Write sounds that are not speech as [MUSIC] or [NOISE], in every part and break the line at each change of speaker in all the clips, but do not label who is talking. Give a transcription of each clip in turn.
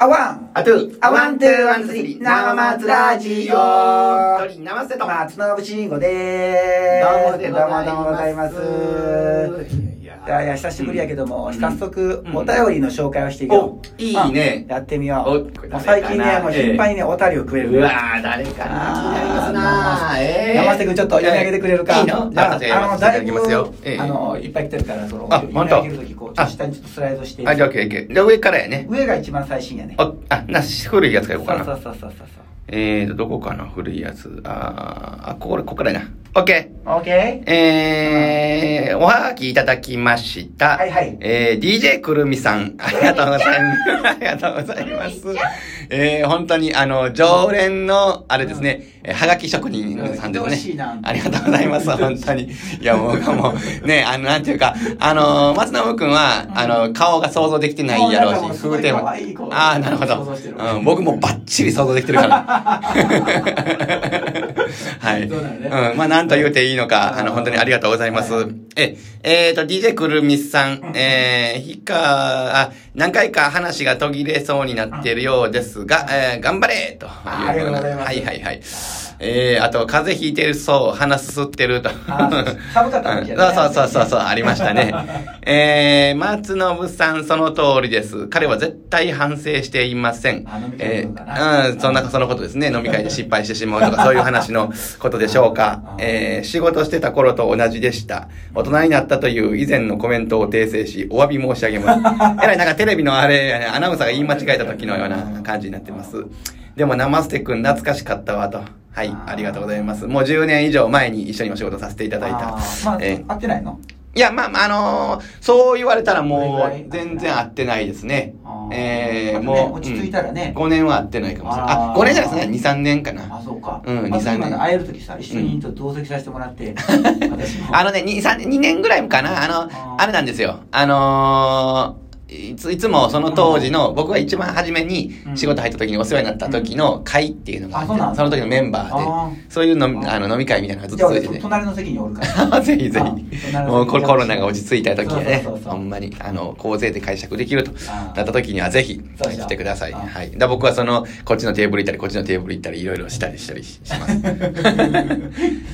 あわん
アトゥ
あワンツーワンツースリー生松ラジオ
一人生瀬と
松信慎吾で
どう
ー
も
す
で
どうもどうもございます
いや
いやいや久しぶりやけども、
うん
早速
うん
お便りの紹介をしていこう、
おいいね
うんやってみよ
お
うもう最近ねもう頻繁にねお便りをくれる
うわー誰かな気になりますなーえー
山瀬君ちょっと読み上げてくれるか
いいの
じゃあ
じゃあ
あの
じゃあ
だ
読
い
み
ぶ
上げますよええ
あのいっぱい来てるからその
あ
読み上げる時こ
本
う
当
下にちょっとスライドして
はいじゃあ OKOK じゃあ上からやね
上が一番最新やね
おあな古いやつからいこう
そ
か
う
な
そうそうそうそう
えーとどこかな古いやつあーあこれここからやな OK
オッケー
えー、おはがきいただきました。
はいはい
えー、DJ くるみさん、ありがとうございます。ありがとうございます。えー、本当に、あの、常連の、あれですね、えーはがき職人さんで
うん愛お
す
しい
ね
な。
ありがとうございます、本当に。いや、もう、も
[LAUGHS]
う、ね、あの、なんていうか、あの、松信くんは、あの、顔が想像できてないやろ
もうなんかも
う
う
し、
すごい
も
可愛い子。
ああ、なるほど。
想像してる
うん、僕もバッチリ想像できてる
[LAUGHS]
から。はい。
そうだよね
うんまあ、なんと言うていいの
う
か、
ん
あの、本当にありがとうございます
はい。
え、えっ、と、DJ くるみさん、えー、ひか、あ、何回か話が途切れそうになっているようですが、えー、頑張れという
あありがとうございます
はいはいはい。えー、あと、風邪ひいてるそう、鼻すすってると。
あそう寒かった時やね
うん [LAUGHS] そうそうそうそう、ありましたね。えー、松信さん、その通りです。彼は絶対反省していません。
あ飲み会のことかな
えーうん、そんな、そのことですね。飲み会で失敗してしまう
[LAUGHS]
とか、そういう話のことでしょう
あ
か
ー。
えー仕事してた頃と同じでした。大人になったという以前のコメントを訂正し、お詫び申し上げます。えらい、なんかテレビのあれ、アナウンサーが言い間違えた時のような感じになってます。でも、ナマステ君懐かしかったわと。はい、ありがとうございます。もう10年以上前に一緒にお仕事させていただいた。
あーまあ、
えー
合ってないの
いや、まあ、まああのーそう言われたら
ど
も
れ
う、
ぐらい
全然合ってないですね
あ。ー
え
あと
ー、
ね
もう、
落ち着いたらね
5年は合ってないかもしれない。あ
あ、ー
5年じゃないですね。2、3年かな
あ。そうか、
うん
まず
23
今
年
の会える時さ一緒にと同席させてもら
[LAUGHS]
って、私も
あのね、2、3、2年ぐらいかな。あの、
あ
あ
ー
れなんですよ。あのーいついつもその当時の、僕が一番初めに
うん
仕事入った時にお世話になった時の会っていうのがあって、
あそうなんだ
その時のメンバ
あ
ーで
ー、
そういうのあの飲み会みたいなのがずっ
じゃ
と
あ
続
俺
いてて。
隣の席におる
[LAUGHS]
から
ぜひぜ
あ
ひ。
なるほど
もうココロナが落ち着いた時はね、
そうそうそうそう
ほんまに、あの、公税で解釈できると、
あー
なった時にはぜひ
そうしよう
来てください。
あー
はい。だ僕はその、こっちのテーブル行ったり、こっちのテーブル行ったり、いろいろしたりした
[LAUGHS]
りしします。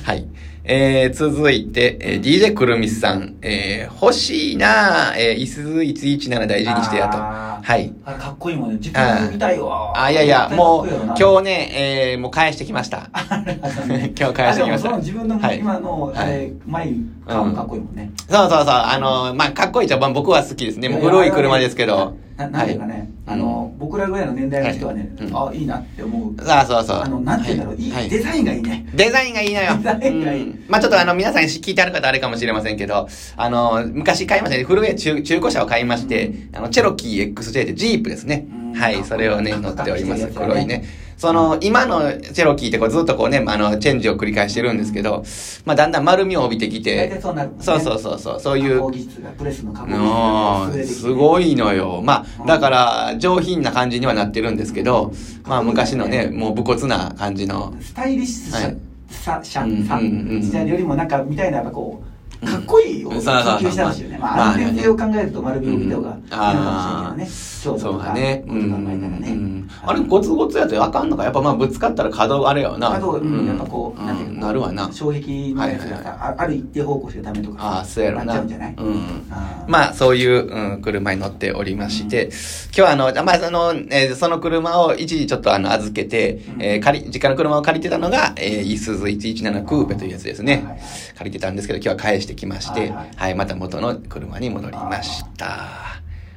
はい。えー、続いて、えー、DJ くるみさん、えー、欲しいなぁ、えー、いす1117大事にしてやと。
あー
はい。
あれかっこいいもんね自分で見たいわ
あ、いやいや、もう、今
日
日ね、えー、もう返してきました。今日 [LAUGHS] 返
返
し
してて
き
き
ま
ま
し
したた自分の
はい
今のあれ眉顔もかっこいいもんね
そうそうそう。あの、まあ、かっこいい茶番僕は好きですね。もう古い車ですけど。
ななんていうかねあの僕らぐらいの年代の人はね
はいうん
あいいなって思う
さあ、そうそう。
あのなんていうんだろう
はいはい
デザインがいいね
デザインがいいのよ。
デザインがいい
うんまあちょっとあの皆さん聞いてある方あれかもしれませんけど、あの、昔買いましたね。古い中中古車を買いまして、あの、チェロキー XJ ってジープですね
うん。
はい、それをね、乗っておりま
かっこいいや
す。
つだね
黒いね。その、今のチェロキーってこうずっとこうね、あの、チェンジを繰り返してるんですけど、まあだんだん丸みを帯びてき
大体
て、
そうなるもんね
そうそうそうそう、そういう
加工技術がプレスの加工技術が
あ
優れてきて
すごいのよ。まあ、だから、上品な感じにはなってるんですけど、まあ、昔のね、もう武骨な感じの。
スタイリッシュさ、
はい
さ、しゃ、
うんうん
さ、
うんうん
時代よりもなんか、みたいな、やっぱこう、かっこいいを
うん
追求したらしいよね。ま
そうそうそう
あ、安
まあ
全
ね
性を考えると丸みを見た方がいいのかもしれないけどね。
そ
そう
う
か
だね。
こ
う
と考え
ん
たらね。
うんあれ、ゴツゴツやとあかんのか。やっぱまあ、ぶつかったら角あれよな。
あと、うん、やっぱこう、なんていううんか
なるわな。
衝撃のやつが
はい
さ、
は
あある一定方向しかダメとかさ
ああ、そうや
な
ろ
っち
な。
ゃうんじゃない
うん。
あー
まあ、そういう、うん、車に乗っておりまして、今日はあの、まあ、その、えーその車を一時ちょっとあの、預けて、
うん
えー借り、実家の車を借りてたのが、えー、イスズ117クーペというやつです
は
ね
いはい。
借りてたんですけど、今日は返してきまし
は
て、
い
は
はいい、
また元の車に戻りました。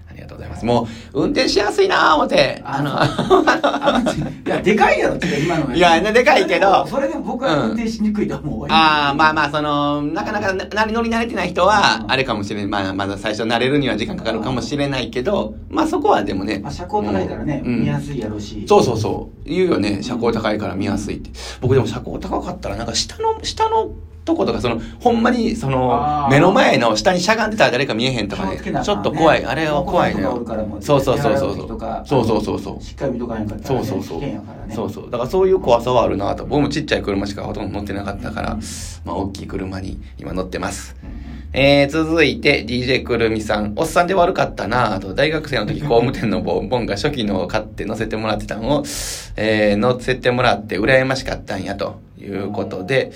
ありがとうございます。もう、運転しやすいなぁ、思って。あ [LAUGHS] の、
あのいや、でかいやろ、ちょっと今の
いやでかいけど
それでも僕は運転しにくいと思う。
ああ、まあまあ、その、なかなかなな乗り慣れてない人は
う、ん
あれかもしれん。まあ、まだ最初慣れるには時間かかるかもしれないけど、まあそこはでもね。
まあ、車高高いからね、
うん
見やすいやろうし。
そうそうそう。言うよね。車高高いから見やすいって。僕でも車高高かったら、なんか下の、下のとことか、その、ほんまに、そ
あ
の、
ー
目の前の下にしゃがんでたら誰か見えへんとか
気を
ね。
つけなあ
ち
かん
ょ
ね
っと怖い。あれは怖いね
お子さんとかおるからも。う
そうそうそうそう
手洗う時とか。
そうそうそうそう。
しっかり見とかへんかった
そ
ら、
う
ね、
そうそう
危険やからね。
そうそうだからそういう怖さはあるなと僕もちっちゃい車しかほとんど乗ってなかったから、まあ、大きい車に今乗ってます
うんうん
えー、続いて DJ くるみさん。おっさんで悪かったなぁと、大学生の
[LAUGHS]
時工務店のボンボンが初期のを買って載せてもらってたのを、えー、載せてもらって羨ましかったんや、ということで、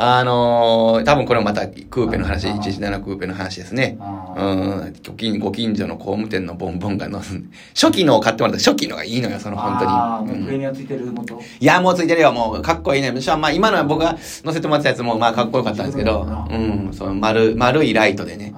あのー、多分これもまたクーペの話、
あー
117クーペの話ですね。
あ
う
ー
ん、ご近ご近所の工務店のボンボンが載せ、初期のを買ってもらった初期のがいいのよ、その本
あー
当に。うん
上にはついてる元
いや、もうついてるよ。もう、かっこいいね。むしろ、まあ、今のは僕が乗せてもらってたやつも、まあ、かっこよかったんですけど、うん、そう、丸、丸いライトでね。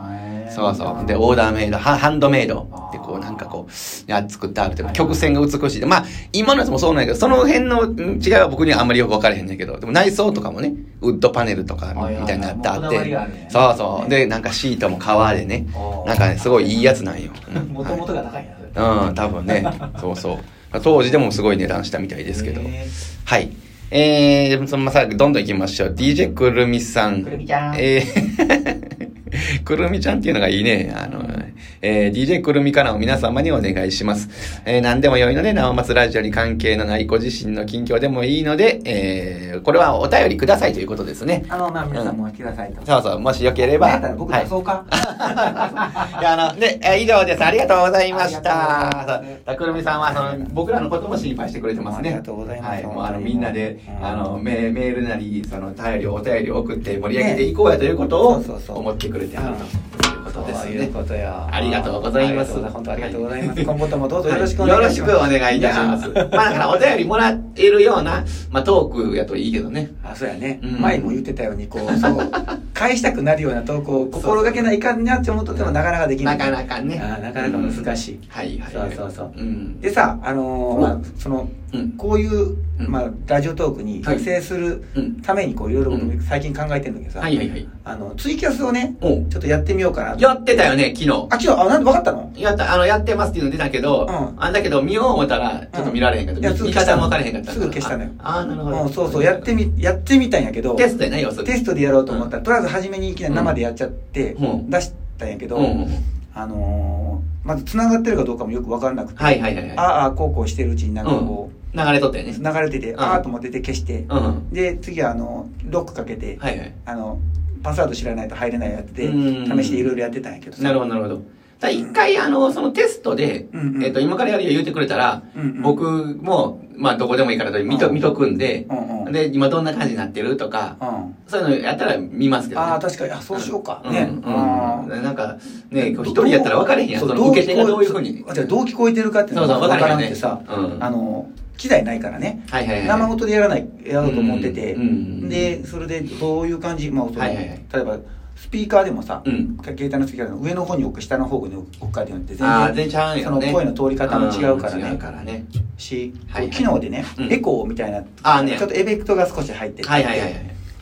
そうそう。で、オーダーメイド、ハハンドメイドで、こう、なんかこう、いや作ってあるというか、曲線が美しいで。まあ、今のやつもそうなんやけど、その辺のうん違いは僕にはあんまりよく分からへんねんけど、でも内装とかもね、ウッドパネルとかみたいになってあ
はいはいはいもうこ
っ
だわりがある
て
ね、
そうそう。で、なんかシートも革でね
お、ー
なんかね、すごいいいやつな
[LAUGHS]
んよ。うん
もともとが高いなそれ
うん、多分ね。そうそう。当時でもすごい値段したみたいですけど。
へ
はい。えー、そのまあさどんどん行きましょう。DJ くるみさん。
くるみちゃん
えー [LAUGHS] くるみちゃんっていうのがいいね。あの、えー DJ くるみからを皆様にお願いします。えー何でも良いので、なおまつラジオに関係のないご自身の近況でもいいので、えーこれはお便りくださいということですね。
あのまあ皆さんも来なさいと
そうそう、もしよければ。
なんやったら僕
はい
出そうか
いやあのね、えー以上です。ありがとうございまし
ありがとうござ
た
います。
たくるみさんはその僕らのことも心配してくれてますね。
ありがとうございます
はい、もう
本
あ
当
の
に
みんなで
うん
あのメメールなりその頼りお便りを送って盛り上げていこうやということを
ねそうそうそう
思ってくれてあるということです
そうい
ね
う。ことよ
ありがとうございます
ありがとうござ本当ありがとうございます今後ともどうぞよろしくお
よ
願
ろ
い
し
し
く
ます
お願いいたします。まあだからお便りもらえるようなまあトークやといいけどね。
あそうやね、
うん
前も言ってたようにこうそう
[LAUGHS]
返したくなるような投稿を心がけないかんなって思っとってもなかなかできな
ないかなかね。
あーなかなか難しい
うんはいはい。
そうそうそう
うん。
でさあのー
お
まあその
うん
こういう、
うん
まあ、ラジオトークに
はい
作成する
うん
ためにこういろいろ
うん
僕最近考えてるんだけどさ、
はいはいはい。
あのツイキャスをね
おう
ちょっとやってみようかなと
やってたよね昨日。
あ今日あなんで分かったの
やった、あの、やってますっていうの出たけど、
うん
あんだけど見よう思ったら、ちょっと見られへんかっ
うんい
た。
や
見
すぐ
見
消した
方も分からへんかった。
すぐ消したのよ
ああ、なるほど。
うん、そうそうやってみやってみたんやけど
テストやな、要するに。
テストでやろうと思ったら、とりあえず初めにいきなり生でやっちゃって、
うん
出したんやけど、
うんうんうん。
あのーまず繋がってるかどうかもよく分からなくて、
はいはいはいはい。
ああああこうこうしてるうちになんかこう、
流れとったよね。
流れてて、
うん
ああと思ってて消して、
うんうん。
で次はあのロックかけて、
はいはい。
あのパスワード知らないと入れないやつで
うん
試していろいろやってたんやけどさ
なるほど、なるほど。だから一回、あの、そのテストで、
うんうん
えっ、と、今からやるよ言うてくれたら、
うんうん
僕も、まあ、どこでもいいからと見と、
うん
見とくんで、
うんうん
で、今どんな感じになってるとか、
うん
そういうのやったら見ますけど、ね。
ああ確かにあそうしようか、
ん
ね、
うん
あー
なんか、ね、こう一人やったら分かれへんやん。
そ
そうの受け手がどういうふうに
聞こ。えあじゃあどう聞こえてるかっていうの
そう
が
そ
分
う分か
かららん
へん
って
ね
さ、
うん
あの機材ないからね
はいはいはい。
生ごとでやらないやろうと思ってて、
うんうんうん
でそれでどういう感じ、まあその
はいはいはい
例えばスピーカーでもさ、
うん
携帯のスピーカーの上の方に置く下の方に置くかによって全
あー
然
全然ちゃうんやろね。
その声の通り方も違うからね
ん違うからね。
し、
はいはい
機能でね、
うん
エコーみたいな
あーね
ちょっとエフェクトが少し入ってて、
はいはいはいはい。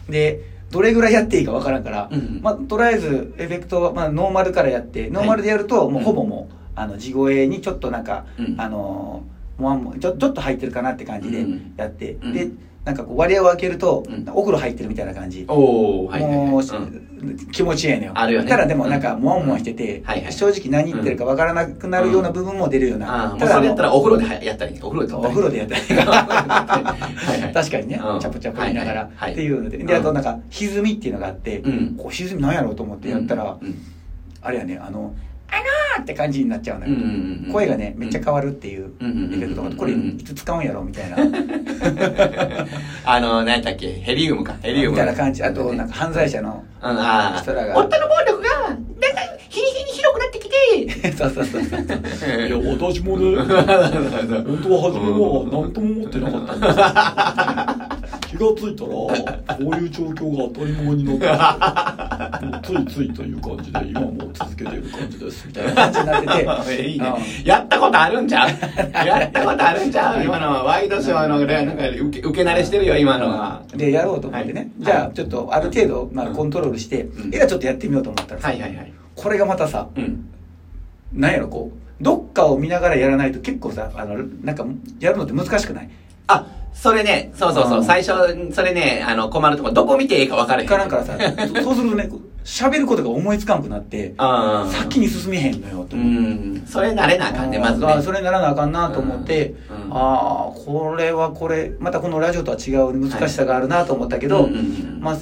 でどれぐらいやっていいかわからんから、
うん
まあ、とりあえずエフェクトは、まあ、ノーマルからやってノーマルでやると、もうほぼもう、あの地声にちょっとなんか、
うん
あのーもわんもちょちょっと入ってるかなって感じで
うん
やって、
うん
でなんかこう割合を開けると、
うん
お風呂入ってるみたいな感じ。
おー、はいはいはい。
もうし、
うん
気持ちいいのよ
あるよね
ただでもなんかもわんもわしてて、
うんはいはい
正直何言ってるかわからなくなるような部分も出るような、
あーも
た
う
だ
それやったらお風呂ではやったりね。お風呂で撮
お
ったり
風呂でやったり
はいはい
確かにね、
うん
チャプチャプ言いながら、
はいはいはい
っていうので、
うん
であとなんか歪みっていうのがあって、
うん
こう歪みなんやろうと思ってやったら、
うんうん
あれやねあの「あのー!」って感じになっちゃうのよ、
うんうんうん
声がねめっちゃ変わるっていうエフ
うんうんうんうん
ェクトがこれいつ使うんやろうみたいな
あの、何やったっけヘリウムか。ヘリウム。
みたいな感じあとなん
か。
か犯罪者
[LAUGHS]
の
うん、ああ。
人らが
夫の暴力が、なんか、日に日に広くなって
[LAUGHS]
きて、
そうそうそうそう
いや、私もね、本当は初めは何とも思ってなかったんですけど、気がついたら、こういう状況が当たり前になって、もうついついという感じで、今も続けている感じです、みたいな。
感じになって
[LAUGHS]
て
いいね。やったことあるんち
[LAUGHS]
ゃうやったことあるんちゃう今のはワイドショーの、なんか受け、受け慣れしてるよ、今のは。
でやろうと思ってね、
はい
じゃあちょっとある程度、まあ、
うん
コントロールして、
うん
絵がちょっとやってみようと思ったらさ、
はいはいはい。
これがまたさ、
うん。
なんやろこうどっかを見ながらやらないと結構さあのなんかやるのって難しくない
あ、それね、そうそうそうう、
ん
最初、それね、あの、困るとこ、どこ見ていいか分か
あ
れへ
れ
ん。
からんから
[LAUGHS]
さそそうするとねこう喋ることが思いつかんくなって
ああ。
先に進めへんのよと
う
思って。
ん。それ慣れなあかんね、まず
あー
ね。
それならなあかんなと思って、
うんうん
ああこれはこれまたこのラジオとは違う難しさがあるなと思ったけど、
うんうんうん
まあ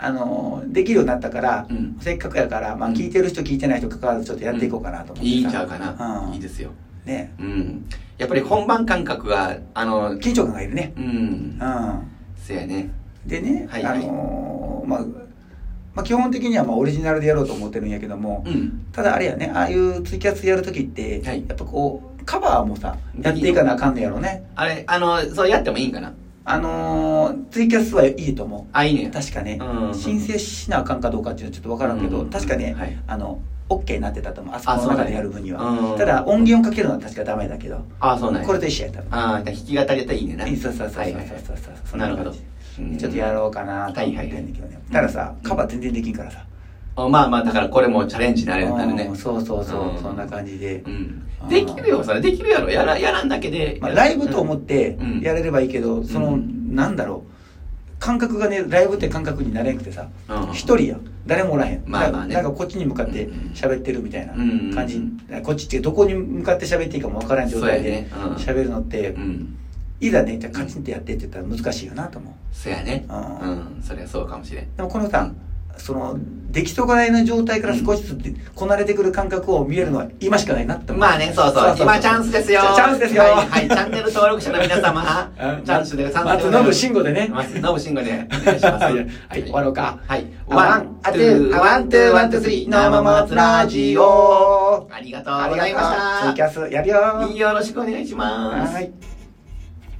あのできるようになったから、
うん
せっかくやから、まあ、
うん
聞いてる人聞いてない人関わらずちょっとやっていこうかなと思ってさ
いいんちゃうかな、
うん
いいですよ
ね
うんやっぱり本番感覚があの
緊張感がいるね
う
うんん
せやね
でね、
はい
あのーまあまあ、基本的にはまあオリジナルでやろうと思ってるんやけども、
うん
ただあれやねああいうツイキャスやる時って、
はい
やっぱこうカバーもさやっていかなあかんのやろね
あれあのそうやってもいいんかな
あのーツイキャスはいいと思
あいいね
う確かね、
うん
申請しなあかんかどうかっていうのはちょっと分からんけど、
うん
確かね、
はい
あの OK になってたと思うあそこの中でやる分に
あそうなんや
は、
うん
ただ音源をかけるのは確かダメだけど
あそうなんや
これと一緒やった
ああ弾き語りやったらいいねんな
そうそうそうそう
は
そう
いはいはい
そうそうそん
なるほ
感
ど
じ
うん
ちょっとやろうかなと思ってんだけどね、
はい
たださ
うん
カバー全然できんからさ、
あまあまあだからこれもチャレンジになれるなる
う
ね
んそうそうそう、
うん
そんな感じで、
うん
あー
できるよそれできるやろやらやらんだけで、
まあ、ライブと思
っ
って
うん
やれればいいけど、そうの
ん
なんだろう感覚がねライブって感覚になれんくてさ
うん
一人やん誰もおらへん、
まあまあね
だからなんかこっちに向かって
うん
喋ってるみたいな
うん
感じ、こっちってどこに向かって喋っていいかもわからん状態で
そうやねうん
喋るのって、
うん
いざねじゃあカチンってやってって言ったら難しいよなと思う
そやね
あ
う
ー
んそりゃそうかもしれん
でもこのさ、その出来損ないの状態から少しずつこなれてくる感覚を見えるのは今しかないなって思う
まあね、そうそう。今チャンスですよ。
チャンスですよ
はい、は
[LAUGHS]
い、チャンネル登録者の皆様。
うん
チャンスで、チャンスで。
松信慎吾でね
松信慎吾で。お願いします。
[LAUGHS] はいはい終わろうか
はい。
ワ
ワ
ン
ン、
ア
ア
ト
ト
ゥ
ゥ
ー
ー、
ワ
ワ
ン
ン、
ト
ト
ゥ
ゥ
ー
ー、
ワ
ワ
ン
ン、
トゥー
トゥー、
ス
ス
リ
リ
ー
ー、
生
生
松
松
ラ
ラ
ジ
ジ
オ
オ。ありがとう
ありがとう
ござい
ございました
ま
ツイ
し
キ
た。
ャスやるよ
次よろしくお願いします。
はい